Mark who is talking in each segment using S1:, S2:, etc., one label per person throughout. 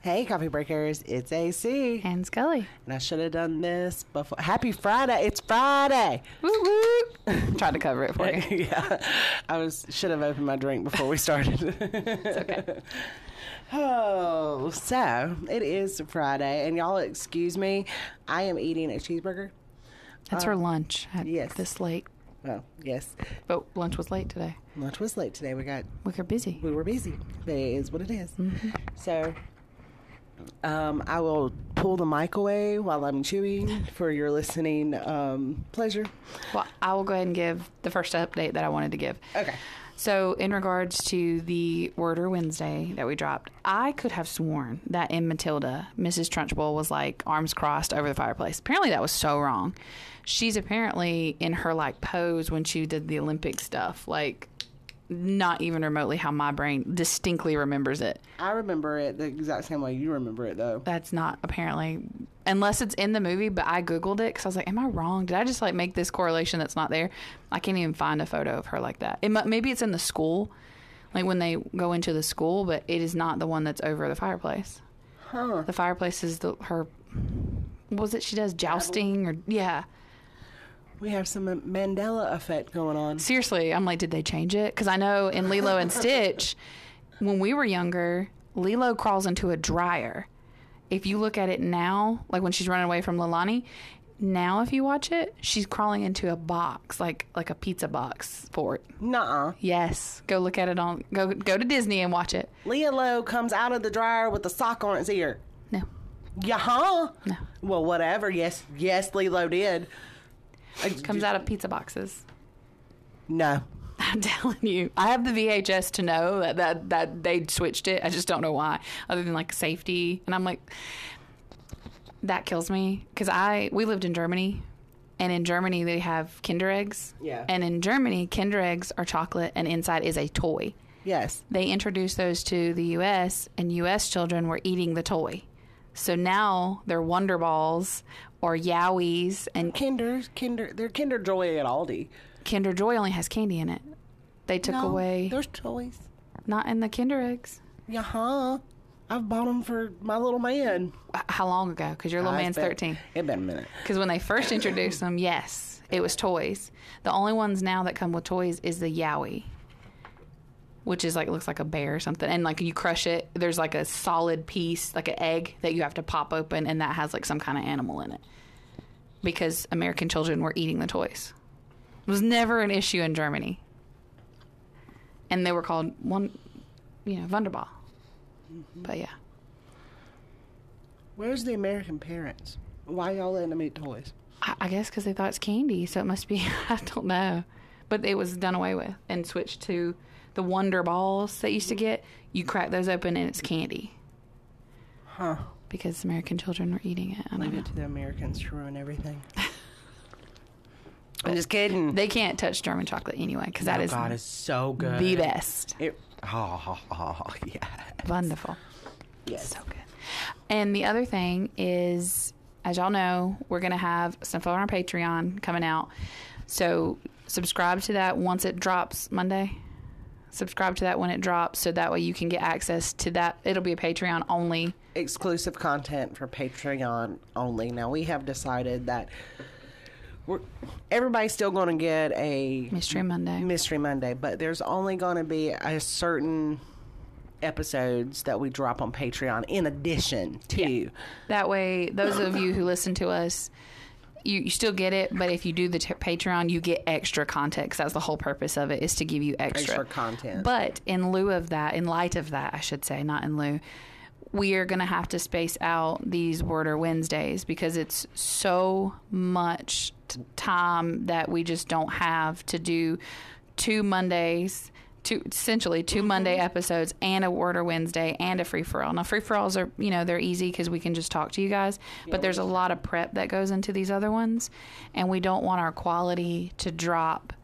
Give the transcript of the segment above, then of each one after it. S1: Hey, coffee breakers, it's AC.
S2: And Scully.
S1: And I should have done this before. Happy Friday! It's Friday.
S2: Woo woo. Try to cover it for you.
S1: yeah, I was should have opened my drink before we started.
S2: It's okay.
S1: oh, so it is Friday, and y'all excuse me. I am eating a cheeseburger.
S2: That's her lunch. At
S1: yes.
S2: This late.
S1: Oh, yes,
S2: But lunch was late today.
S1: lunch was late today. We got
S2: We were busy.
S1: we were busy, but it is what it is.
S2: Mm-hmm.
S1: So. Um, I will pull the mic away while I'm chewing for your listening um, pleasure.
S2: Well, I will go ahead and give the first update that I wanted to give.
S1: Okay.
S2: So, in regards to the Worder Wednesday that we dropped, I could have sworn that in Matilda, Mrs. Trunchbull was like arms crossed over the fireplace. Apparently, that was so wrong. She's apparently in her like pose when she did the Olympic stuff, like not even remotely how my brain distinctly remembers it.
S1: I remember it the exact same way you remember it, though.
S2: That's not apparently, unless it's in the movie. But I googled it because I was like, "Am I wrong? Did I just like make this correlation that's not there?" I can't even find a photo of her like that. It mu- maybe it's in the school, like when they go into the school, but it is not the one that's over the fireplace.
S1: Huh.
S2: The fireplace is the her. What was it she does jousting or yeah?
S1: We have some Mandela effect going on.
S2: Seriously, I'm like, did they change it? Because I know in Lilo and Stitch, when we were younger, Lilo crawls into a dryer. If you look at it now, like when she's running away from Lalani, now if you watch it, she's crawling into a box, like like a pizza box for it.
S1: Nuh uh.
S2: Yes, go look at it on go go to Disney and watch it.
S1: Lilo comes out of the dryer with a sock on its ear.
S2: No,
S1: Yeah, huh?
S2: No.
S1: Well, whatever. Yes, yes, Lilo did. Uh,
S2: comes out of pizza boxes.
S1: No.
S2: I'm telling you, I have the VHS to know that that, that they switched it. I just don't know why, other than like safety. And I'm like, that kills me because I we lived in Germany, and in Germany they have Kinder eggs.
S1: Yeah.
S2: And in Germany, Kinder eggs are chocolate, and inside is a toy.
S1: Yes.
S2: They introduced those to the U.S., and U.S. children were eating the toy. So now they're Wonder Balls or Yowies, and
S1: Kinder, Kinder, they're Kinder Joy at Aldi.
S2: Kinder Joy only has candy in it. They took
S1: No,
S2: away
S1: There's toys.
S2: not in the Kinder eggs.
S1: Yeah, huh? I've bought them for my little man.
S2: H- how long ago? Because your little
S1: I
S2: man's
S1: bet-
S2: 13.
S1: It Ah, been a minute.
S2: Because when they first introduced them, yes, it was toys. The only ones now that come with toys is the Yowie, which is like looks like a bear or something. And like you crush it, there's like a solid piece, like an egg that you have to pop open, and that has like some kind of animal in it. Because American children were eating the toys, it was never an issue in Germany, and they were called one, you know, Wunderball. But yeah.
S1: Where's the American parents? Why y'all letting them eat toys?
S2: I, I guess because they thought it's candy, so it must be. I don't know, but it was done away with and switched to the Wonder Balls that you used to get. You crack those open and it's candy
S1: Huh.
S2: because American children were eating it. I don't
S1: Leave
S2: know.
S1: it to the Americans to ruin everything. I'm just kidding.
S2: They can't touch German chocolate anyway because that
S1: Oh,
S2: is
S1: God, it's so good.
S2: the best.
S1: It, oh, oh, oh, yeah.
S2: Wonderful.
S1: Yes.
S2: So good. And the other thing is, as y'all know, we're going to have stuff on our Patreon coming out. So subscribe to that once it drops Monday. Subscribe to that when it drops so that way you can get access to that. It'll be a Patreon only.
S1: Exclusive content for Patreon only. Now we have decided that we're everybody's still going to get a
S2: Mystery Monday.
S1: Mystery Monday, but there's only going to be a certain episodes that we drop on Patreon in addition to.
S2: That way, those of you who listen to us, you, you still get it, but if you do the t- Patreon, you get extra context. That's the whole purpose of it is to give you extra,
S1: Extra content.
S2: But in lieu of that, in light of that, I should say, not in lieu, we are going to have to space out these Word or Wednesdays because it's so much t- time that we just don't have to do two Mondays. Two, essentially two Monday episodes and a Word or Wednesday and a free for all. Now free for alls are you know they're easy because we can just talk to you guys, but there's a lot of prep that goes into these other ones, and we don't want our quality to drop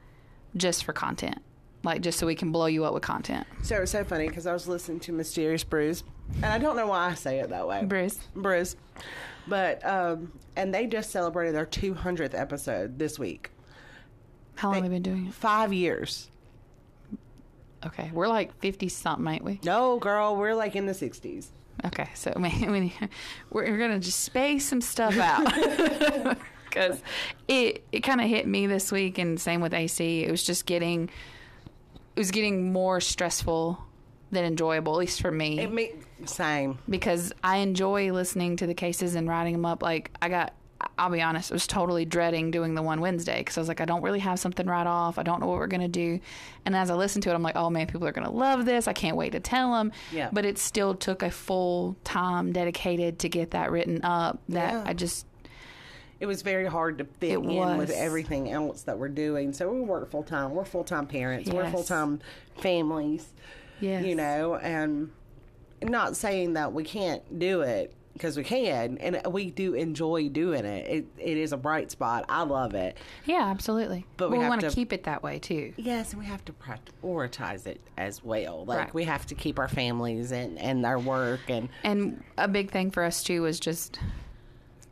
S2: just for content, like just so we can blow you up with content.
S1: So it's so funny because I was listening to Mysterious Brews, and I don't know why I say it that way.
S2: Bruce,
S1: Bruce. But um and they just celebrated their 200th episode this week.
S2: how long have we been doing it?
S1: 5 years.
S2: Okay, we're like fifty something, ain't we?
S1: No, girl, we're like in the 60s.
S2: Okay, so we, we, we're, we're gonna just space some stuff out because it it kind of hit me this week, and same with AC. It was just getting it was getting more stressful than enjoyable, at least for me
S1: It may, same.
S2: because I enjoy listening to the cases and writing them up. Like I got, I'll be honest, I was totally dreading doing the one Wednesday because I was like, I don't really have something right off. I don't know what we're gonna do. And as I listened to it, I'm like, oh man, people are gonna love this. I can't wait to tell them.
S1: Yeah.
S2: But it still took a full time dedicated to get that written up. That
S1: Yeah.
S2: I just
S1: It was very hard to fit
S2: It
S1: in with
S2: was.
S1: everything else that we're doing. So we work full time. We're full time parents. We're
S2: Yes.
S1: full time families.
S2: yes,
S1: You know, and not saying that we can't do it because we can, and we do enjoy doing it. It it is a bright spot. I love it.
S2: yeah, absolutely.
S1: But we have
S2: want
S1: to-
S2: keep it that way too.
S1: Yes, and we have to prioritize it as well. Like
S2: Right.
S1: we have to keep our families and and our work and
S2: And a big thing for us too was just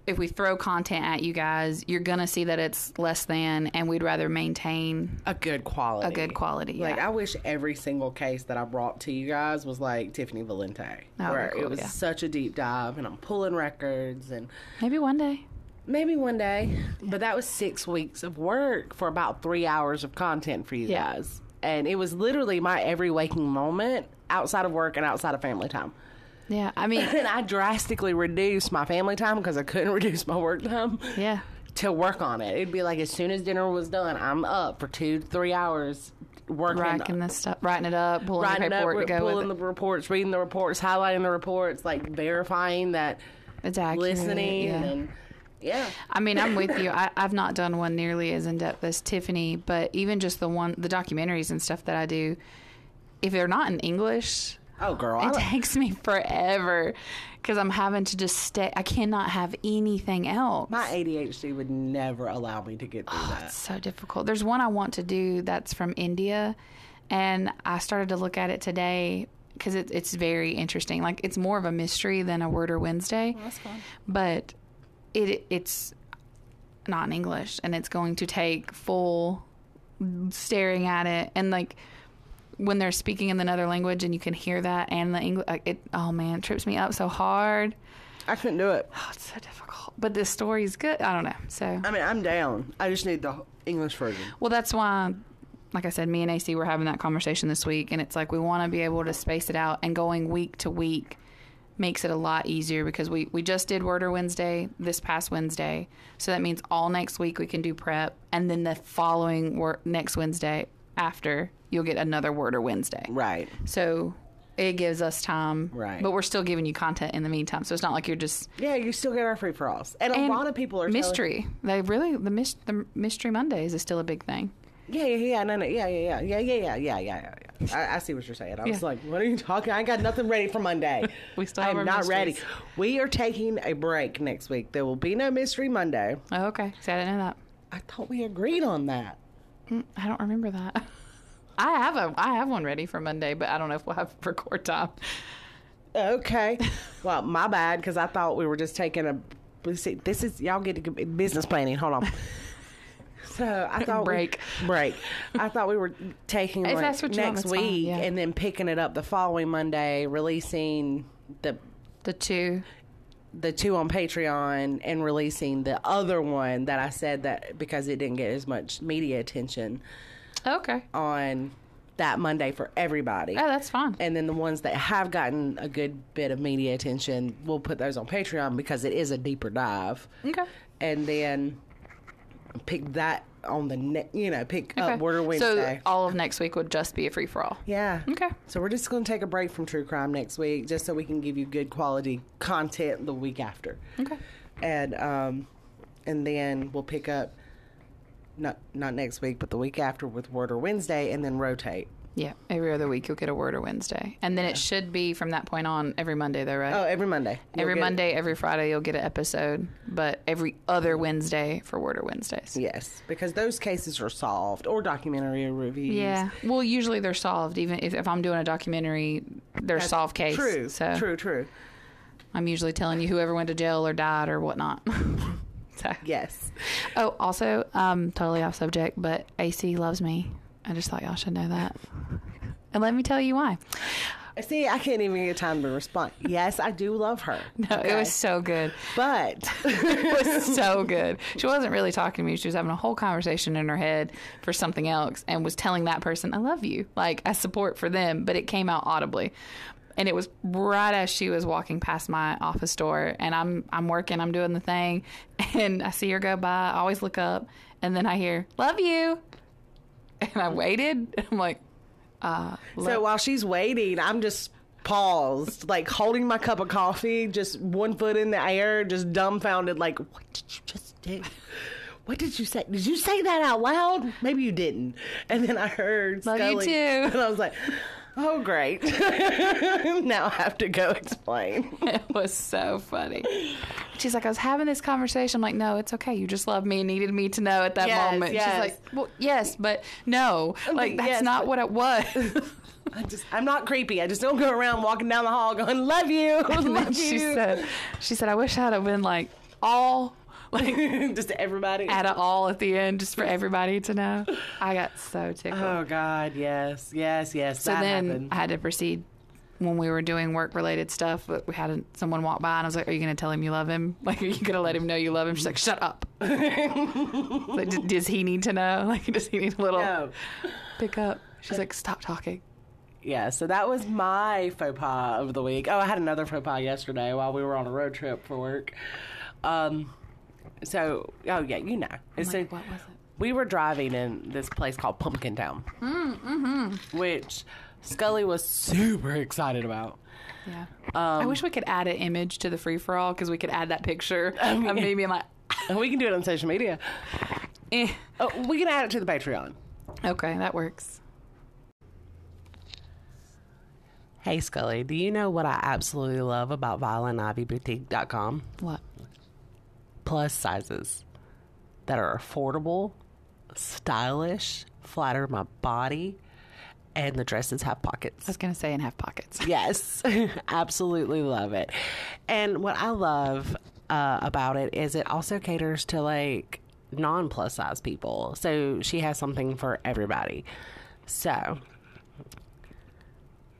S2: if we throw content at you guys, you're gonna see that it's less than, and we'd rather maintain
S1: a good quality.
S2: a good quality.
S1: Like
S2: yeah.
S1: I wish every single case that I brought to you guys was like Tiffany Valente,
S2: That would be
S1: where
S2: cool,
S1: it was
S2: Oh, yeah.
S1: such a deep dive, and I'm pulling records, and
S2: maybe one day.
S1: maybe one day. But that was six weeks of work for about three hours of content for you
S2: Yeah.
S1: guys, and it was literally my every waking moment outside of work and outside of family time.
S2: Yeah, I mean,
S1: And I drastically reduced my family time because I couldn't reduce my work time.
S2: yeah,
S1: to work on it. It'd be like as soon as dinner was done, I'm up for two, three hours working,
S2: racking this stuff, writing it up, pulling
S1: writing
S2: the
S1: up,
S2: paperwork
S1: re-
S2: to go with
S1: pulling the reports, reading the reports, highlighting the reports, like verifying that,
S2: it. It's accurate.
S1: listening,
S2: yeah.
S1: and yeah,
S2: I mean, I'm with you. I, I've not done one nearly as in depth as Tiffany, but even just the one, the documentaries and stuff that I do, if they're not in English,
S1: oh girl, I
S2: it
S1: don't-
S2: takes me forever because I'm having to just stay. I cannot have anything else.
S1: my ADHD would never allow me to get through that.
S2: It's so difficult. There's one I want to do that's from India, and I started to look at it today because it, it's very interesting. Like it's more of a mystery than a Word or Wednesday,
S1: That's fine.
S2: but it it's not in English, and it's going to take full staring at it and like when they're speaking in another language and you can hear that and the English, like it oh man, it trips me up so hard.
S1: I couldn't do it.
S2: Oh, it's so difficult. But this story's good. I don't know. So
S1: I mean, I'm down. I just need the English version.
S2: Well, that's why, like I said, me and AC were having that conversation this week, and it's like we want to be able to space it out, and going week to week makes it a lot easier because we, we just did Worder Wednesday this past Wednesday. So that means all next week we can do prep, and then the following wor- next Wednesday after, you'll get another Worder Wednesday.
S1: Right.
S2: So it gives us time.
S1: Right.
S2: But we're still giving you content in the meantime. So it's not like you're just.
S1: Yeah, you still get our free for alls, and,
S2: and
S1: a lot of people are telling-
S2: mystery. They really the, mys- the mystery Mondays is still a big thing.
S1: Yeah, yeah, yeah, no, no, yeah, yeah, yeah, yeah, yeah, yeah, yeah, yeah, yeah. I, I see what you're saying. I was
S2: Yeah.
S1: like, what are you talking? I got nothing ready for Monday.
S2: We still
S1: I
S2: have
S1: am
S2: our
S1: not ready.
S2: mysteries.
S1: We are taking a break next week. There will be no mystery Monday.
S2: Oh, okay. See, I didn't know that.
S1: I thought we agreed on that.
S2: Mm, I don't remember that. I have a I have one ready for Monday, but I don't know if we'll have record time.
S1: Okay. well, my bad, because I thought we were just taking a. let's see, This is y'all get to g- business planning. Hold on. So I thought we-
S2: Break.
S1: break. I thought we were taking
S2: If
S1: like,
S2: that's what you want,
S1: next
S2: that's fine,
S1: week
S2: yeah.
S1: and then picking it up the following Monday, releasing the
S2: The two.
S1: the two on Patreon and releasing the other one that I said that because it didn't get as much media attention
S2: Okay.
S1: on that Monday for everybody.
S2: Oh, that's fine.
S1: And then the ones that have gotten a good bit of media attention, we'll put those on Patreon because it is a deeper dive.
S2: Okay.
S1: And then pick that on the net, you know, pick
S2: Okay.
S1: up Word or Wednesday.
S2: So uh, Mm-hmm. all of next week would just be a free for all.
S1: yeah.
S2: Okay.
S1: So we're just going to take a break from true crime next week just so we can give you good quality content the week after.
S2: Okay.
S1: and um, and then we'll pick up not not next week, but the week after with Word or Wednesday, and then rotate.
S2: Yeah. Every other week you'll get a word or Wednesday, and then it should be from that point on every Monday, though, right?
S1: Oh, every Monday. You'll
S2: every
S1: get-
S2: Monday, every Friday you'll get an episode, but every other Wednesday for word or Wednesdays.
S1: Yes, because those cases are solved or documentary reviews.
S2: Yeah. Well, usually they're solved. Even if, if I'm doing a documentary, they're
S1: That's
S2: solved case.
S1: True.
S2: So
S1: True. True.
S2: I'm usually telling you whoever went to jail or died or whatnot. so.
S1: Yes.
S2: Oh, also, um, totally off subject, but AC loves me. I just thought y'all should know that. And let me tell you why.
S1: See, I can't even get time to respond. Yes, I do love her.
S2: No, it was so good.
S1: But
S2: It was so good. She wasn't really talking to me. She was having a whole conversation in her head for something else and was telling that person, I love you, like as support for them, but it came out audibly. And it was right as she was walking past my office door and I'm I'm working, I'm doing the thing, and I see her go by, I always look up, and then I hear, Love you and I waited and I'm like, uh
S1: so while she's waiting, I'm just paused, like holding my cup of coffee, just one foot in the air, just dumbfounded, like, what did you just do? What did you say? Did you say that out loud? Maybe you didn't. And then I heard
S2: Love you
S1: Scully,
S2: too.
S1: and I was like, "Oh, great! now I have to go explain."
S2: it was so funny. She's like, I was having this conversation. I'm like, no, it's okay. You just love me and needed me to know at that
S1: Yes,
S2: moment.
S1: yes.
S2: She's like, well, yes, but no. Like, that's
S1: yes,
S2: not
S1: but-
S2: what it was.
S1: I just, I'm not creepy. I just don't go around walking down the hall going, "Love you,
S2: and
S1: love
S2: then she
S1: you."
S2: said, she said, I wish I'd have been like all, like
S1: just to everybody.
S2: at a all at the end, just for everybody to know. I got so tickled.
S1: Oh God, yes, yes, yes.
S2: so
S1: that
S2: then
S1: happened.
S2: I had to proceed when we were doing work related stuff. But we had someone walk by and I was like, Are you going to tell him you love him? Like, are you going to let him know you love him? She's like, Shut up. like, d- does he need to know? Like, does he need a little
S1: No.
S2: pick up? She's like, Stop talking.
S1: Yeah, so that was my faux pas of the week. Oh, I had another faux pas yesterday while we were on a road trip for work. Um, so, oh yeah, you know.
S2: I'm
S1: so
S2: like, what was it?
S1: we were driving in this place called Pumpkin Town,
S2: Mm,
S1: mm-hmm. which Scully was super excited about.
S2: Yeah.
S1: Um,
S2: I wish we could add an image to the free for all because we could add that picture of me being like,
S1: And we can do it on social media.
S2: eh.
S1: Oh, we can add it to the Patreon.
S2: Okay, that works.
S1: Hey Scully, do you know what I absolutely love about violentivyboutique.com?
S2: What?
S1: plus sizes that are affordable, stylish, flatter my body, and the dresses have
S2: I
S1: pockets.
S2: was going to say and have pockets.
S1: Yes, absolutely love it. And what I love uh, about it is it also caters to like non plus size people. So she has something for everybody. So,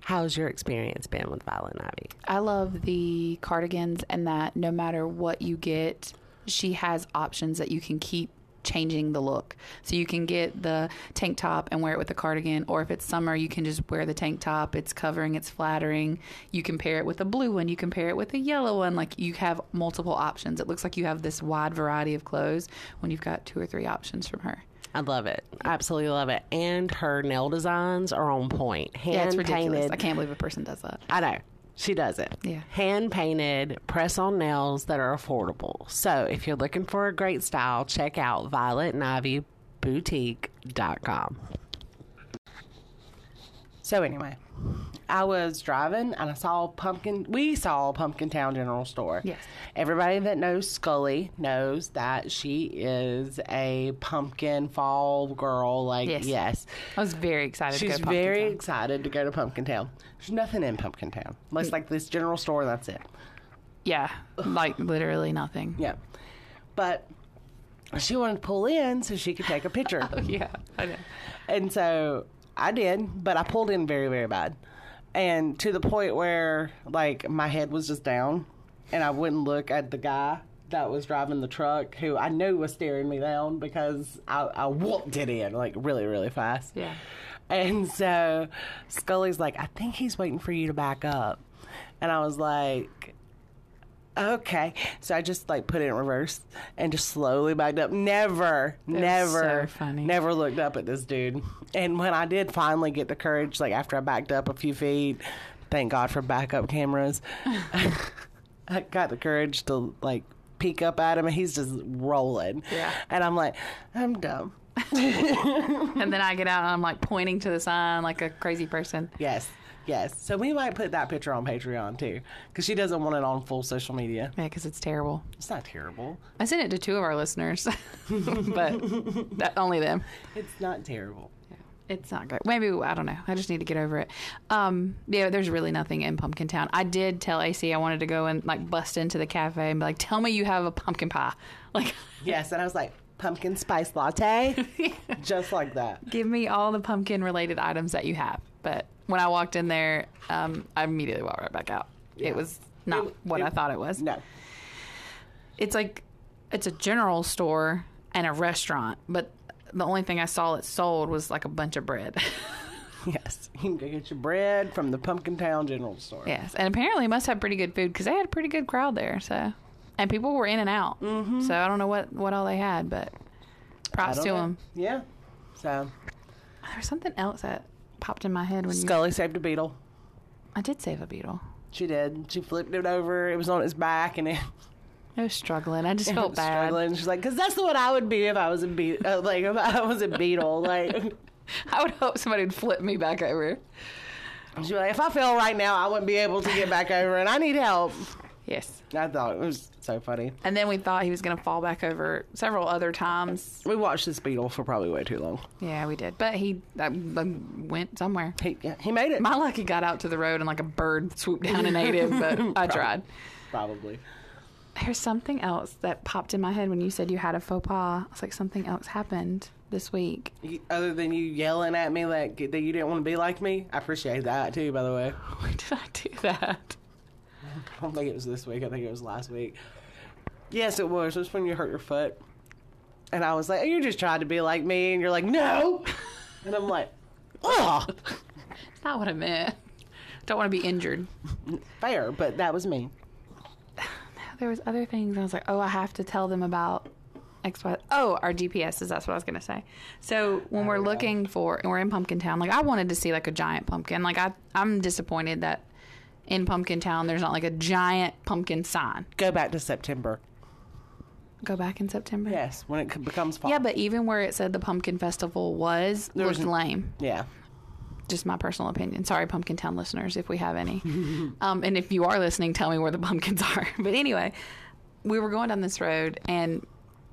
S1: how's your experience been with Violent Ivy?
S2: I love the cardigans and that no matter what you get, she has options that you can keep changing the look. So you can get the tank top and wear it with the cardigan, or if it's summer, you can just wear the tank top. It's covering, it's flattering. You can pair it with a blue one, you can pair it with a yellow one. Like you have multiple options. It looks like you have this wide variety of clothes when you've got two or three options from her.
S3: I love it. Absolutely love it. And her nail designs are on point. Hand
S2: Yeah, it's ridiculous.
S3: painted.
S2: I can't believe a person does that.
S3: I know. She does it.
S2: Yeah.
S3: Hand painted press on nails that are affordable. So if you're looking for a great style, check out Violet and Ivy Boutique.com.
S1: So anyway, I was driving and I saw Pumpkin. We saw Pumpkin Town General Store.
S2: Yes.
S1: Everybody that knows Scully knows that she is a pumpkin fall girl. Like
S2: Yes.
S1: yes,
S2: I was very excited
S1: she's
S2: to go Pumpkin
S1: very
S2: Town.
S1: excited to go to Pumpkin Town. There's nothing in Pumpkin Town.
S2: Hmm.
S1: It's like this general store. and That's it.
S2: Yeah, like literally nothing.
S1: Yeah, but she wanted to pull in so she could take a picture.
S2: Yeah, I know.
S1: And so I did, but I pulled in very, very bad. And to the point where, like, my head was just down and I wouldn't look at the guy that was driving the truck who I knew was staring me down because I, I whooped it in, like, really, really fast.
S2: Yeah.
S1: And so Scully's like, I think he's waiting for you to back up. And I was like, okay. So I just like put it in reverse and just slowly backed up. Never, never,
S2: so funny.
S1: never looked up at this dude. And when I did finally get the courage, like after I backed up a few feet, thank God for backup cameras, I got the courage to like peek up at him and he's just rolling.
S2: Yeah.
S1: And I'm like, I'm dumb.
S2: And then I get out and I'm like pointing to the sign like a crazy person.
S1: Yes. Yes. So we might put that picture on Patreon too, because she doesn't want it on full social media.
S2: Yeah, because it's terrible.
S1: It's not terrible.
S2: I sent it to two of our listeners, but that, only them.
S1: It's not terrible.
S2: It's not great. Maybe I don't know. I just need to get over it. Um, yeah, there's really nothing in Pumpkin Town. I did tell AC I wanted to go and like bust into the cafe and be like, "Tell me you have a pumpkin pie." Like,
S1: Yes. And I was like, pumpkin spice latte, just like that.
S2: give me all the pumpkin related items that you have. But when I walked in there, um, I immediately walked right back out. It was not
S4: It-
S2: what
S4: it-
S2: I thought it was.
S4: No.
S2: It's like it's a general store and a restaurant, but the only thing I saw that sold was like a bunch of bread.
S4: Yes. You can go get your bread from the Pumpkin Town General Store.
S2: yes, and apparently it must have pretty good food because they had a pretty good crowd there. So, and people were in and out. Mm-hmm. So I don't know what what all they had, but
S4: I
S2: props
S4: don't
S2: to
S4: know.
S2: them.
S4: Yeah. So
S2: There's something else that popped in my head when you.
S4: Scully saved a beetle.
S2: I did save a beetle.
S4: She did. She flipped it over. It was on its back, and it
S2: I was struggling. I just felt
S4: was
S2: bad.
S4: struggling. She's like, "Cause that's what I would be if I was a be- uh, like if I was a beetle. Like,
S2: I would hope somebody would flip me back over.
S4: she's like, if I fell right now, I wouldn't be able to get back over, and I need help."
S2: Yes.
S4: I thought it was so funny.
S2: And then we thought he was going to fall back over several other times.
S4: We watched this beetle for probably way too long.
S2: Yeah, we did. But he uh, went somewhere.
S4: He yeah, he made it
S2: My lucky got out to the road and like a bird swooped down and ate him, but I tried.
S4: probably.
S2: There's something else that popped in my head when you said you had a faux pas. It's like something else happened this week.
S4: You- Other than you yelling at me like that you didn't want to be like me, I appreciate that too. By the way,
S2: When did I do that?
S4: I don't think it was this week. I think it was last week. Yes, it was. It was when you hurt your foot, and I was like, oh, "You just tried to be like me," and you're like, "No," and I'm like, "Ugh."
S2: It's not what I meant. Don't want to be injured.
S4: Fair, but that was me.
S2: There was other things. I was like, oh, I have to tell them about X Y. Oh, our GPS is. That's what I was gonna say. So when we're looking for, and we're in Pumpkin Town. Like I wanted to see like a giant pumpkin. Like I, I'm disappointed that in Pumpkin Town there's not like a giant pumpkin sign.
S4: Go back to September.
S2: Go back in September.
S4: Yes, when it c- becomes fall.
S2: Yeah, but even where it said the pumpkin festival was,
S4: There
S2: was
S4: wasn't-
S2: lame.
S4: Yeah.
S2: Just my personal opinion. Sorry, Pumpkin Town listeners, if we have any. um, and if you are listening, tell me where the pumpkins are. But anyway, we were going down this road and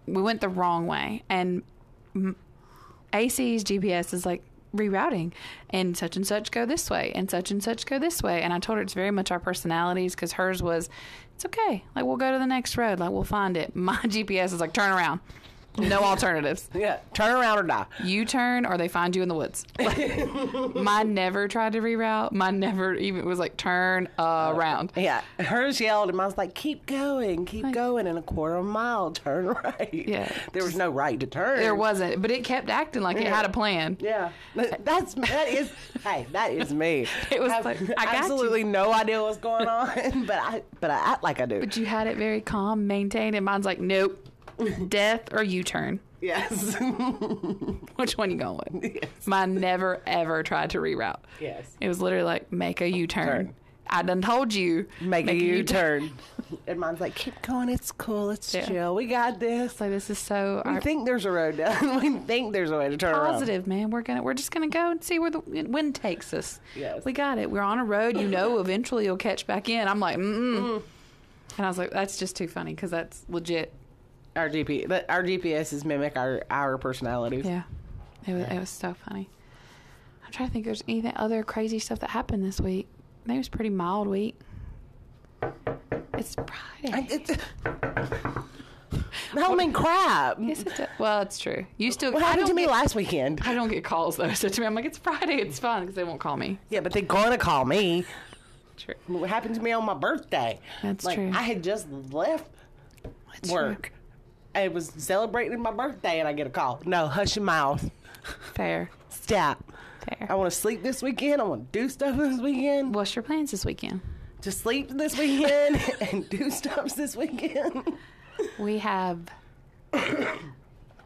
S2: we went the wrong way. And m- AC's GPS is like rerouting and such and such go this way and such and such go this way. And I told her it's very much our personalities because hers was, it's okay. Like, we'll go to the next road. Like, we'll find it. My GPS is like, turn around. No alternatives
S4: Yeah. Turn around or die.
S2: you turn or they find you in the woods. mine never tried to reroute. Mine never even it was like turn around.
S4: Yeah. Hers yelled, and I was like, keep going, keep going. And a quarter of a mile, turn right.
S2: Yeah.
S4: There was no right to turn.
S2: There wasn't, but it kept acting like it had a plan.
S4: Yeah. That's, that is, hey, that is me.
S2: It was
S4: I have
S2: like, I got you.
S4: absolutely no idea what's going on, but I, but I act like I do.
S2: But you had it very calm, maintained, and mine's like, nope, death or U turn.
S4: yes.
S2: Which one you going with? Mine never ever tried to reroute.
S4: yes.
S2: It was literally like make a U turn.
S4: Turn.
S2: I done told you
S4: Make, a
S2: U-turn.
S4: U-turn. and mine's like, keep going. It's cool. It's
S2: Yeah.
S4: chill. We got this.
S2: So this is so
S4: We
S2: our-
S4: think there's a road down. we think there's a way to turn around.
S2: positive, man. We're gonna we're just gonna go and see where the win- wind takes us.
S4: Yes.
S2: We got it. We're on a road. You know, eventually you'll catch back in. I'm like, mm. And I was like, that's just too funny because that's legit.
S4: Our GP, that- our GPSs mimic our our personalities.
S2: Yeah. It was, it was so funny. I'm trying to think. if There's anything other crazy stuff that happened this week? I think it was a pretty mild week. It's
S4: I,
S2: Friday.
S4: it's, I don't mean crap.
S2: Yes, it does. Well, it's true. You still.
S4: What
S2: I
S4: happened
S2: don't
S4: to me
S2: get-
S4: last weekend?
S2: I don't get calls though. So to me, I'm like, it's Friday. It's fun because they won't call me.
S4: Yeah, but they're going to call me.
S2: True.
S4: What happened to me on my birthday?
S2: That's
S4: like,
S2: true.
S4: I had just left
S2: It's true.
S4: work. I was celebrating my birthday and I get a call. No, hush your mouth.
S2: Fair.
S4: Stop.
S2: Fair.
S4: I want to sleep this weekend. I want to do stuff this weekend.
S2: What's your plans this weekend?
S4: To sleep this weekend and do stuff this weekend.
S2: We have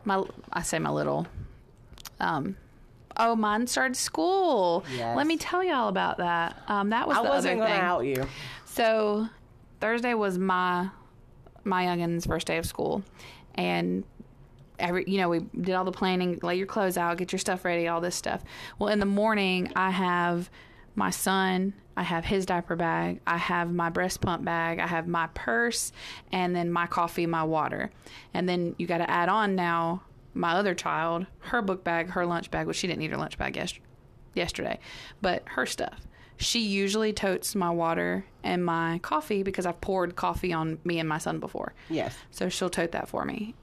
S2: my I say my little um oh mine started school.
S4: Yes.
S2: Let me tell y'all about that. Um that was
S4: I
S2: the
S4: wasn't
S2: other
S4: going to
S2: thing.
S4: out you.
S2: So Thursday was my my youngin's first day of school, and every you know we did all the planning, lay your clothes out, get your stuff ready, all this stuff. Well, in the morning I have my son, I have his diaper bag, I have my breast pump bag, I have my purse, and then my coffee, my water, and then you got to add on now my other child, her book bag, her lunch bag, which she didn't need her lunch bag yesterday yesterday, but her stuff. She usually totes my water and my coffee because I've poured coffee on me and my son before.
S4: Yes.
S2: So she'll tote that for me.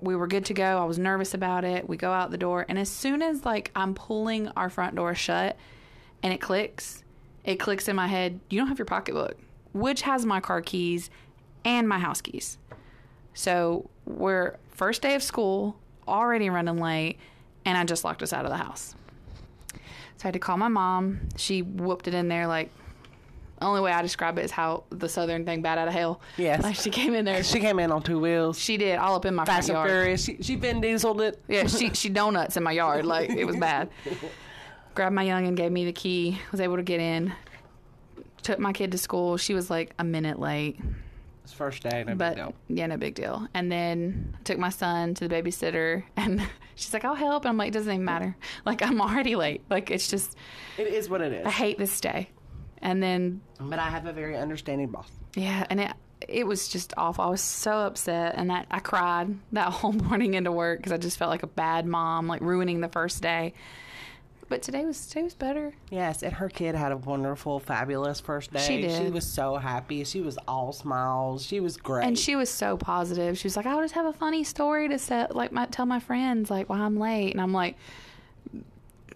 S2: We were good to go. I was nervous about it. We go out the door, and as soon as like I'm pulling our front door shut and it clicks. It clicks in my head. You don't have your pocketbook, which has my car keys and my house keys. So we're first day of school, already running late, and I just locked us out of the house. So I had to call my mom. She whooped it in there like. Only way I describe it is how the southern thing bat out of hell.
S4: Yes.
S2: like she came in there.
S4: She came in on two wheels.
S2: She did all up in my front
S4: Fast and
S2: yard.
S4: furious. She, she Vin Dieseled it.
S2: Yeah, she she donuts in my yard. Like it was bad. Grabbed my young and gave me the key. Was able to get in. Took my kid to school. She was like a minute late,
S4: It's first day. No
S2: but
S4: big deal.
S2: yeah, no big deal. And then took my son to the babysitter, and she's like, "I'll help." And I'm like, "Doesn't even matter. Like I'm already late. Like it's just
S4: It is what it
S2: I
S4: is.
S2: hate this day." And then
S4: But I have a very understanding boss.
S2: Yeah, and it it was just awful. I was so upset, and that I cried that whole morning into work because I just felt like a bad mom, like ruining the first day. But today was today was better.
S4: Yes, and her kid had a wonderful, fabulous first day.
S2: She did.
S4: She was so happy. She was all smiles. She was great.
S2: And she was so positive. She was like, "I'll just have a funny story to set, like, my, tell my friends, like, why I'm late." And I'm like,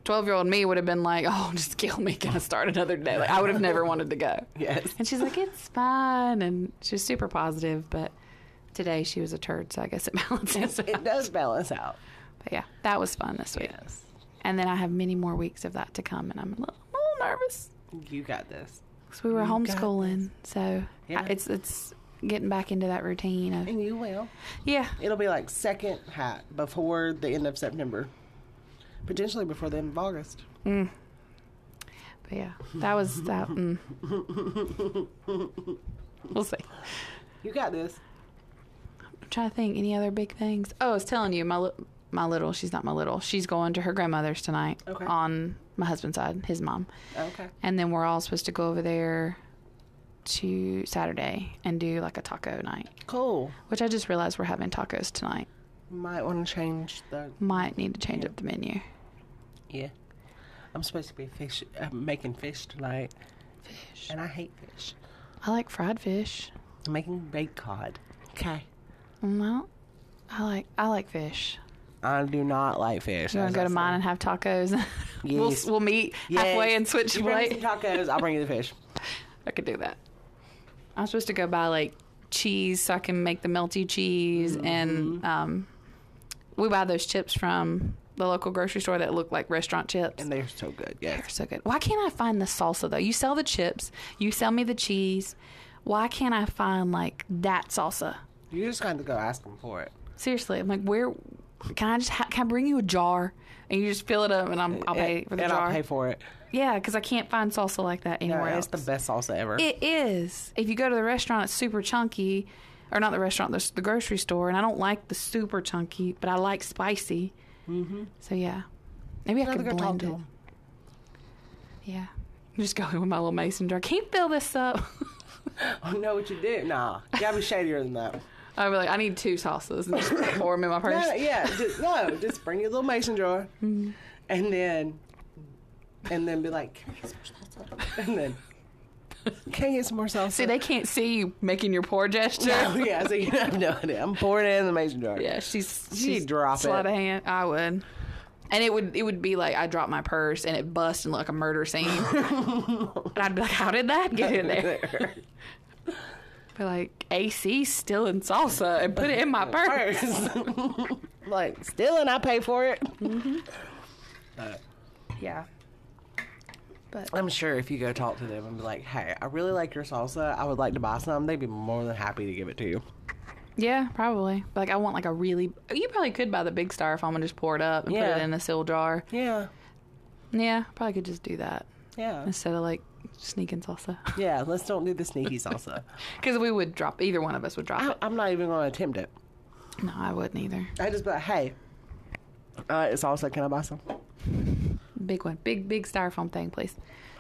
S2: twelve-year-old me would have been like, "Oh, just kill me. Can I start another day?" Like, I would have never wanted to go.
S4: yes.
S2: And she's like, "It's fine," and she's super positive. But today she was a turd, so I guess it balances. out.
S4: It does balance out.
S2: But yeah, that was fun this week. And then I have many more weeks of that to come, and I'm a little, a little nervous
S4: You got this.
S2: because we were
S4: You got
S2: homeschooling, so
S4: Yeah.
S2: I, it's it's getting back into that routine of
S4: And you will.
S2: yeah,
S4: It'll be like second hat before the end of September. Potentially before the end of August.
S2: but yeah, that was that. Mm. we'll see.
S4: You got this.
S2: I'm trying to think any other big things. Oh, I was telling you, my li- my little, she's not my little. She's going to her grandmother's tonight
S4: Okay.
S2: on my husband's side, his mom.
S4: Okay.
S2: And then we're all supposed to go over there to Saturday and do like a taco night.
S4: Cool.
S2: Which I just realized we're having tacos tonight.
S4: Might want to change the.
S2: Might need to change up the menu.
S4: Yeah. I'm supposed to be fish, uh, making fish tonight. Fish. And I hate fish.
S2: I like fried fish.
S4: I'm making baked cod. Okay.
S2: Well, I like I like fish.
S4: I do not like fish.
S2: You want
S4: as
S2: to go
S4: I
S2: to mine
S4: said.
S2: and have tacos? we'll
S4: Yes.
S2: we'll meet halfway and switch
S4: you bring me
S2: plate.
S4: some tacos. I'll bring you the fish.
S2: I could do that. I'm supposed to go buy like cheese so I can make the melty cheese
S4: Mm-hmm.
S2: and um, we buy those chips from the local grocery store that look like restaurant chips.
S4: And they're so good. Yes.
S2: They're so good. Why can't I find the salsa though? You sell the chips, you sell me the cheese. Why can't I find like that salsa?
S4: You just got to go ask them for it.
S2: Seriously, I'm like, where can I just ha- can I bring you a jar and you just fill it up and I'm, I'll pay
S4: And-
S2: for the
S4: and
S2: jar?
S4: I'll pay for it.
S2: yeah, because I can't find salsa like that
S4: No,
S2: anywhere
S4: it's
S2: else.
S4: the best salsa ever.
S2: It is. If you go to the restaurant, it's super chunky, or not the restaurant, the, the grocery store, and I don't like the super chunky, but I like spicy. Mm-hmm. So yeah, maybe I
S4: Gotta
S2: could
S4: go talk
S2: blend
S4: to
S2: it.
S4: 'em.
S2: Yeah, I'm just going with my little mason jar. Can you fill this up?
S4: Oh, know what you did? Nah, you gotta be shadier than that.
S2: I'll be like, I need two sauces and just pour them in my purse.
S4: No, yeah, just, no, just bring your little mason jar,
S2: Mm-hmm.
S4: and then, and then be like, can I get some more salsa? And then, can I get some more salsa?
S2: See, they can't see you making your pour gesture.
S4: Oh, yeah, so you have no idea. I'm pouring it in the mason jar.
S2: Yeah, she's
S4: You
S2: she's
S4: drop
S2: sleight
S4: it.
S2: of hand. I would, and it would it would be like I dropped my purse and it bust and like a murder scene, and I'd be like, how did that get in there? But like AC still in salsa and put it in my purse.
S4: First, like stealing, I pay for it. Uh,
S2: Yeah, but
S4: I'm sure if you go talk to them and be like, "Hey, I really like your salsa. I would like to buy some," they'd be more than happy to give it to you.
S2: yeah, probably. Like I want like a really. You probably could buy the big star if I'm gonna just pour it up and
S4: Yeah.
S2: put it in a seal jar.
S4: Yeah,
S2: Yeah, probably could just do that
S4: yeah,
S2: instead of like sneaking salsa
S4: yeah. Let's don't do the sneaky salsa.
S2: because we would drop either one of us would drop
S4: I,
S2: it.
S4: I'm not even going to attempt it.
S2: No, I wouldn't either.
S4: I just be like, hey, uh, it's also can I buy some?
S2: Big one, big big styrofoam thing, please.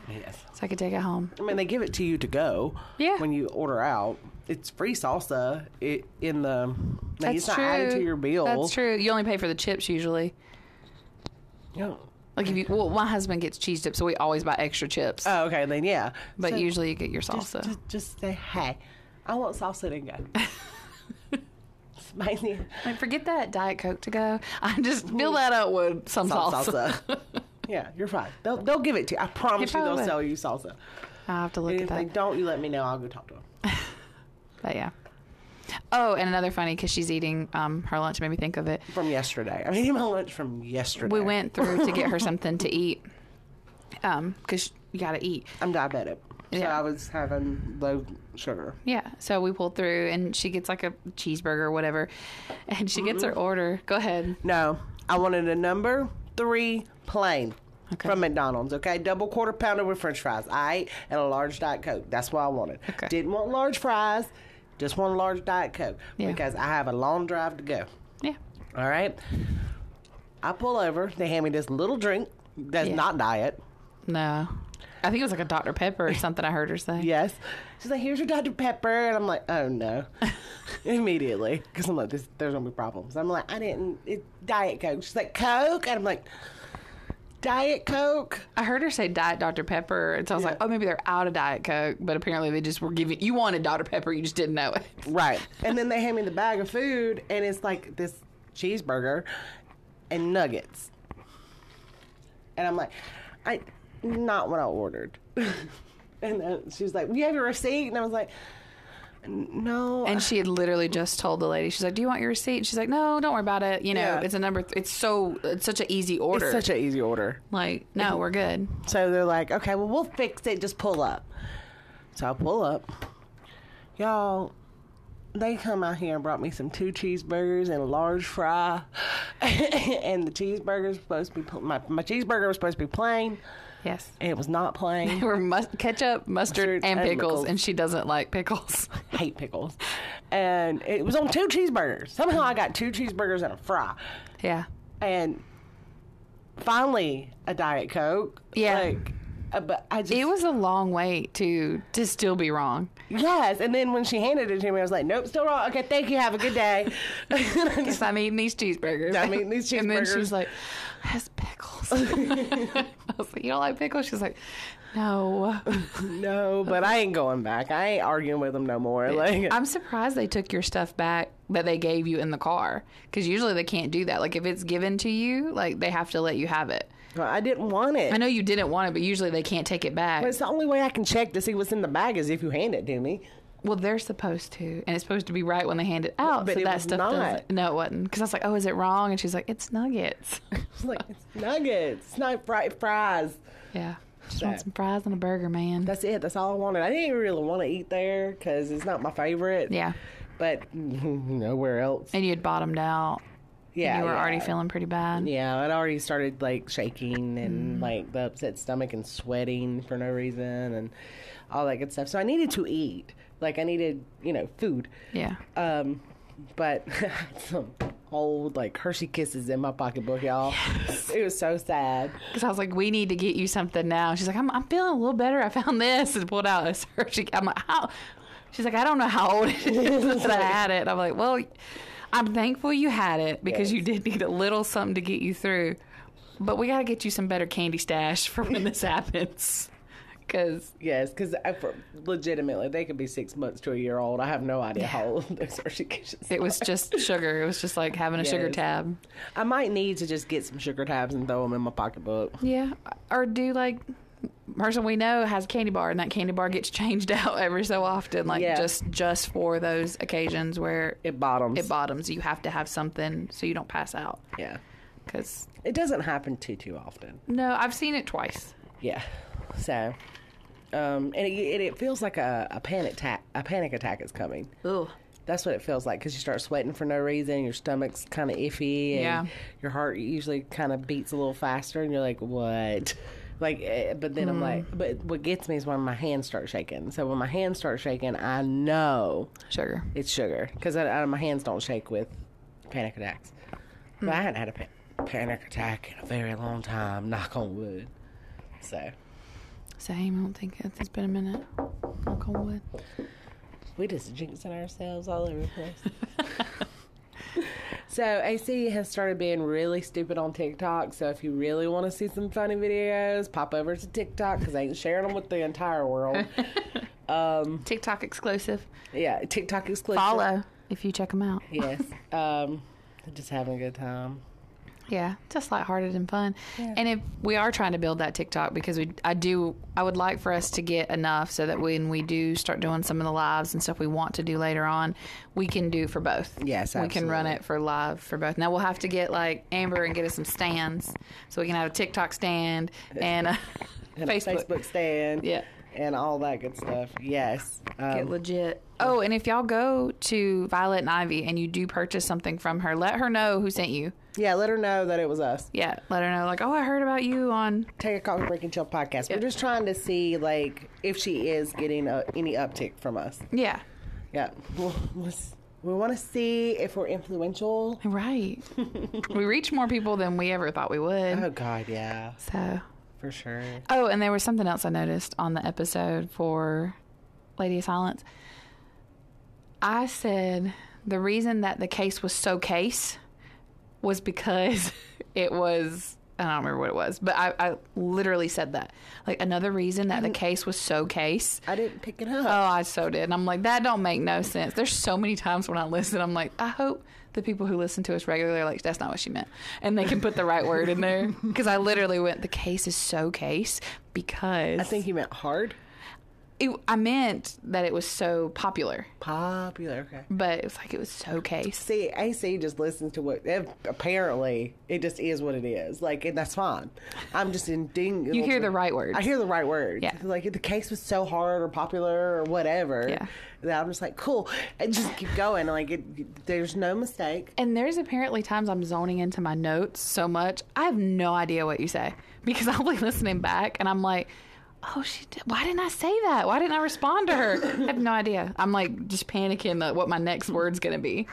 S4: Yes.
S2: so I could take it home.
S4: I mean, they give it to you to go.
S2: Yeah.
S4: When you order out, it's free salsa. It in the like, it's not added to your bill.
S2: That's true. You only pay for the chips usually.
S4: Yeah.
S2: Like if you, well, my husband gets cheese dips, so we always buy extra chips.
S4: Oh, okay. Then yeah.
S2: but
S4: So
S2: usually you get your
S4: just,
S2: salsa.
S4: just just say hey, I want salsa to go. Spicy
S2: like forget that diet coke to go. I just fill that up with some
S4: Some
S2: salsa.
S4: salsa. Yeah, you're fine. They'll, they'll give it to you. I promise
S2: They
S4: you, they'll
S2: probably
S4: sell you salsa.
S2: I'll have to look
S4: And
S2: at
S4: if they
S2: that.
S4: don't, you let me know. I'll go talk to them.
S2: But yeah. Oh, and another funny because she's eating um, her lunch made me think of it.
S4: From yesterday. I mean, my lunch from yesterday.
S2: We went through to get her something to eat Um, 'cause because you got to eat.
S4: I'm diabetic. So
S2: Yeah.
S4: I was having low sugar.
S2: Yeah. So we pulled through and she gets like a cheeseburger or whatever. And she gets her
S4: Mm-hmm.
S2: order. Go ahead.
S4: No, I wanted a number three plain
S2: Okay.
S4: from McDonald's. Okay, double quarter pounder with French fries. I ate and a large diet coke. That's what I wanted.
S2: Okay.
S4: Didn't want large fries. Just want a large diet coke
S2: Yeah.
S4: because I have a long drive to go.
S2: Yeah.
S4: All right. I pull over. They hand me this little drink that's
S2: Yeah.
S4: not diet.
S2: No. I think it was like a Dr. Pepper or something I heard her say.
S4: Yes. She's like, here's your Dr. Pepper. And I'm like, oh no. Immediately. Because I'm like, this, there's going to be problems. I'm like, I didn't. It's Diet Coke. She's like, Coke? And I'm like, Diet Coke?
S2: I heard her say Diet Dr. Pepper. And so I was like, oh, maybe they're out of Diet Coke. But apparently they just were giving you wanted Dr. Pepper. You just didn't know it.
S4: Right. And then they hand me the bag of food, and it's like this cheeseburger and nuggets. And I'm like, I not what I ordered. and then she was like, "We have your receipt," and I was like, "No."
S2: And she had literally just told the lady, she's like, do you want your receipt? And she's like, no, don't worry about it. You know,
S4: Yeah.
S2: it's a number. Th- it's so, it's such an easy
S4: it's
S2: order.
S4: such an easy order.
S2: like, no, we're good.
S4: So they're like, okay, well, we'll fix it. Just pull up. So I pull up. Y'all, they come out here and brought me some two cheeseburgers and a large fry. and the cheeseburger's supposed to be, pl- my, my cheeseburger was supposed to be plain.
S2: Yes.
S4: And it was not plain.
S2: We're mus- ketchup, mustard,
S4: Mustard
S2: and
S4: and
S2: pickles,
S4: pickles.
S2: and she doesn't like pickles.
S4: hate pickles. And it was on two cheeseburgers. Somehow I got two cheeseburgers and a fry.
S2: yeah.
S4: And finally, a Diet Coke.
S2: Yeah.
S4: Like, uh, but I just.
S2: It was a long wait to to still be wrong.
S4: Yes, and then when she handed it to me, I was like, "Nope, still wrong." Okay, thank you. Have a good day.
S2: Guess I'm eating these cheeseburgers.
S4: I'm eating these
S2: And then
S4: cheeseburgers.
S2: she's like, "Has pickles?" I was like, "You don't like pickles?" She's like, "No."
S4: no, but I ain't going back. I ain't arguing with them no more. Like,
S2: I'm surprised they took your stuff back that they gave you in the car because usually they can't do that. Like if it's given to you, like they have to let you have it.
S4: I didn't want
S2: I
S4: it.
S2: know you didn't want it, but usually they can't take it back.
S4: It's the only way I can check to see what's in the bag is if you hand it to me.
S2: Well, they're supposed to, and it's supposed to be right when they hand it out.
S4: But
S2: so
S4: it
S2: that
S4: was
S2: stuff
S4: not.
S2: doesn't. No, it wasn't. Because I was like, "Oh, is it wrong?" And she's like, "It's nuggets."
S4: It's like it's nuggets, it's not fried fries.
S2: yeah, just want
S4: So-
S2: some fries and a burger, man.
S4: That's it. That's all I wanted. I didn't really want to eat there because it's not my favorite.
S2: yeah,
S4: but nowhere else.
S2: and you had bottomed out.
S4: Yeah,
S2: you were
S4: yeah.
S2: already feeling pretty bad.
S4: Yeah, I'd already started like shaking and like the upset stomach and sweating for no reason and all that good stuff. So I needed to eat. Like I needed, you know, food.
S2: Yeah.
S4: Um, but I had some old like Hershey kisses in my pocketbook, y'all. It was so sad.
S2: Because I was like, "We need to get you something now." She's like, "I'm, I'm feeling a little better. I found this and pulled out a Hershey." I'm like, "How?" She's like, "I don't know how old it is that I had it." And I'm like, "Well, I'm thankful you had it because you did need a little something to get you through, but we got to get you some better candy stash for when this happens." Because
S4: Yes, because legitimately they could be six months to a year old. I have no idea how old those Hershey kisses.
S2: it was just sugar. It was just like having a sugar
S4: Yes.
S2: tab.
S4: I might need to just get some sugar tabs and throw them in my pocketbook.
S2: Yeah, or do like person we know has a candy bar, and that candy bar gets changed out every so often, like
S4: Yeah.
S2: just just for those occasions where
S4: It bottoms.
S2: it bottoms. You have to have something so you don't pass out.
S4: yeah,
S2: Because
S4: it doesn't happen too too often.
S2: no, I've seen it twice.
S4: Yeah. So, um, and it, it, it feels like a, a panic attack. A panic attack is coming.
S2: Ugh.
S4: That's what it feels like because you start sweating for no reason. Your stomach's kind of iffy. And
S2: Yeah.
S4: Your heart usually kind of beats a little faster, and you're like, "What?" Like, eh, but then I'm like, but what gets me is when my hands start shaking. So when my hands start shaking, I know
S2: Sugar.
S4: it's sugar because I, I, my hands don't shake with panic attacks. But I hadn't had a pa- panic attack in a very long time. Knock on wood. So.
S2: Same. I don't think it's, it's been a minute. Knock on wood.
S4: We just jinxing ourselves all over the place. so AC has started being really stupid on TikTok. So if you really want to see some funny videos, pop over to TikTok because I ain't sharing them with the entire world. um,
S2: TikTok exclusive.
S4: yeah, TikTok exclusive.
S2: Follow if you check them out.
S4: Yes. Um, just having a good time.
S2: Yeah, just lighthearted and fun. And if we are trying to build that TikTok because we, I do, I would like for us to get enough so that when we do start doing some of the lives and stuff we want to do later on, we can do for both.
S4: Yes,
S2: we can run
S4: absolutely.
S2: it for live for both. Now we'll have to get like Amber and get us some stands so we can have a TikTok stand and a,
S4: And a
S2: Facebook.
S4: Facebook stand.
S2: Yeah.
S4: And all that good stuff. Yes. Um,
S2: Get legit. Oh, and if y'all go to Violet and Ivy and you do purchase something from her, let her know who sent you.
S4: yeah, let her know that it was us.
S2: Yeah, let her know like, oh, I heard about you on
S4: Take a coffee break and chill podcast. We're just trying to see like if she is getting uh any uptick from us.
S2: yeah.
S4: Yeah. We'll- we'll s- We want to see if we're influential.
S2: Right. we reach more people than we ever thought we would.
S4: Oh God, yeah,
S2: So,
S4: for sure.
S2: oh, and there was something else I noticed on the episode for Lady of Silence. I said the reason that the case was so case was because it was I don't remember what it was, but I, I literally said that. Like another reason that the case was so case.
S4: I didn't pick it
S2: Oh,
S4: up.
S2: I so did. And I'm like, that don't make no sense. There's so many times when I listen, I'm like, I hope the people who listen to us regularly are like, that's not what she meant. And they can put the right word in there. Because I literally went, the case is so case because
S4: I think you meant hard.
S2: it, I meant that it was so popular,
S4: Popular. Okay.
S2: but it was like, it was so case.
S4: See, AC just listens to what. if- Apparently, it just is what it is. Like, and that's fine. I'm just in ding.
S2: You hear the right words.
S4: I hear the right word.
S2: Yeah.
S4: Like if the case was so hard or popular or whatever.
S2: Yeah.
S4: That I'm just like cool. And just keep going. Like it, there's no mistake.
S2: And there's apparently times I'm zoning into my notes so much, I have no idea what you say because I'll be listening back and I'm like, oh, she did. Why didn't I say that? Why didn't I respond to her? I have no idea. I'm like just panicking that what my next word's going to be.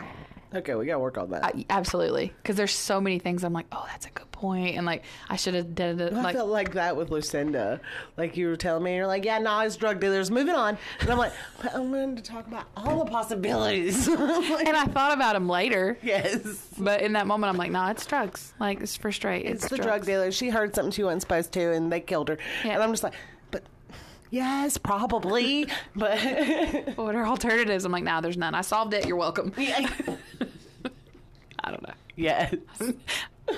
S4: Okay, we gotta work on that. I,
S2: I, absolutely. Because there's so many things I'm like, oh, that's a good point. And like, I should have done it. Like,
S4: felt like that with Lucinda. Like you were telling me, you're like, yeah, no, it's drug dealers. Moving on. And I'm like, but I'm going to talk about all the possibilities. I'm like,
S2: and I thought about him later.
S4: yes.
S2: But in that moment, I'm like, nah, it's drugs. Like, it's for straight. It's,
S4: It's the drug dealer. She heard something she wasn't supposed to, and they killed her.
S2: Yeah.
S4: And I'm just like, but yes, probably, but
S2: What are alternatives? I'm like, nah, there's none. I solved it. You're welcome. I don't know.
S4: yes,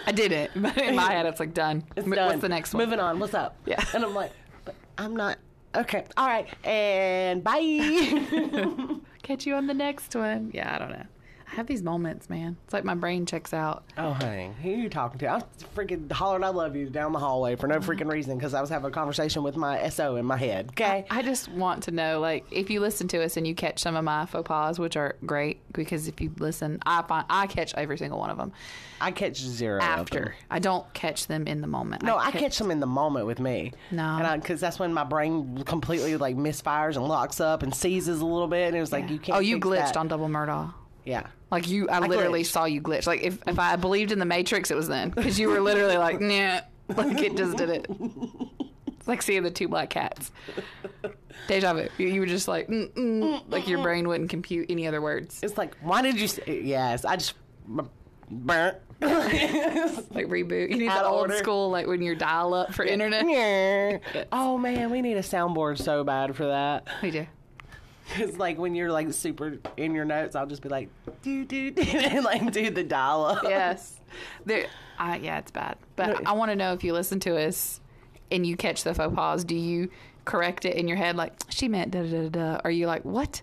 S2: I did it, but in my head, it's like done. M- What's the next one?
S4: Moving on. What's up?
S2: Yeah.
S4: And I'm like, but I'm not. Okay. All right. And bye.
S2: Catch you on the next one. Yeah, I don't know. I have these moments, man. It's like my brain checks out.
S4: oh, honey, who you talking to? I freaking hollered "I love you" down the hallway for no freaking reason because I was having a conversation with my SO in my head. Okay.
S2: I just want to know, like, if you listen to us and you catch some of my faux pas, which are great because if you listen, I find I catch every single one of them
S4: I catch zero of them.
S2: after. I don't catch them in the moment.
S4: No, I catch them in the moment with me.
S2: No.
S4: and because that's when my brain completely like misfires and locks up and seizes a little bit, and it was like you can't.
S2: Oh, you
S4: fix
S2: glitched
S4: that.
S2: on Double Murdaugh.
S4: Yeah,
S2: Like you, I, literally
S4: glitched.
S2: saw you glitch. Like if, if I believed in the Matrix, it was then because you were literally like, nah, like it just did it. It's like seeing the two black cats. Deja vu. You, you were just like, mm, mm, like your brain wouldn't compute any other words.
S4: it's like why did you? Say, yes, I just m- burnt.
S2: Like reboot. You need
S4: Out
S2: the
S4: of
S2: old
S4: order.
S2: school, like when you're dial up for internet.
S4: oh man, we need a soundboard so bad for that.
S2: We do.
S4: Because like when you're like super in your notes, I'll just be like do do do and like do the dial up.
S2: Yes. There. I, yeah, it's bad. But
S4: No.
S2: I want to know if you listen to us and you catch the faux pas, do you correct it in your head like she meant da da da da? da," Or you like what?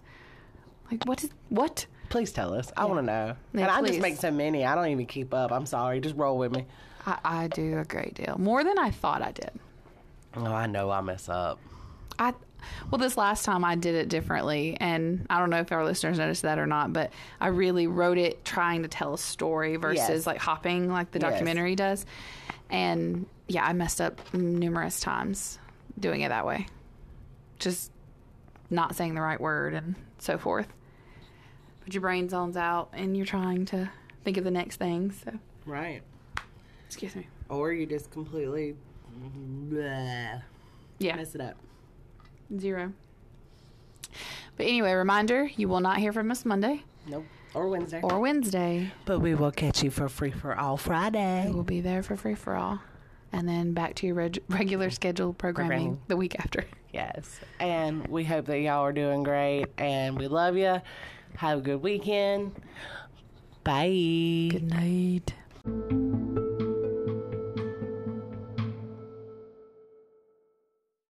S2: Like what is what?
S4: Please tell us. I want to know.
S2: Yeah,
S4: and I just
S2: please.
S4: make so many, I don't even keep up. I'm sorry. Just roll with me.
S2: I, I do a great deal more than I thought I did.
S4: Oh, I know I mess up.
S2: I well, this last time I did it differently, and I don't know if our listeners noticed that or not, but I really wrote it trying to tell a story versus
S4: Yes.
S2: like hopping like the
S4: Yes.
S2: documentary does. And yeah, I messed up numerous times doing it that way, just not saying the right word and so forth. But your brain zones out, and you're trying to think of the next thing. So,
S4: Right.
S2: excuse me.
S4: Or you just completely bleh,
S2: Yeah.
S4: mess it up.
S2: Zero. But anyway, reminder you will not hear from us Monday
S4: Nope. Or Wednesday.
S2: or Wednesday.
S4: but we will catch you for free for all Friday.
S2: We'll be there for free for all. And then back to your reg- regular scheduled programming
S4: Programming.
S2: the week after.
S4: Yes. And we hope that y'all are doing great. And we love you. Have a good weekend. Bye.
S2: Good night.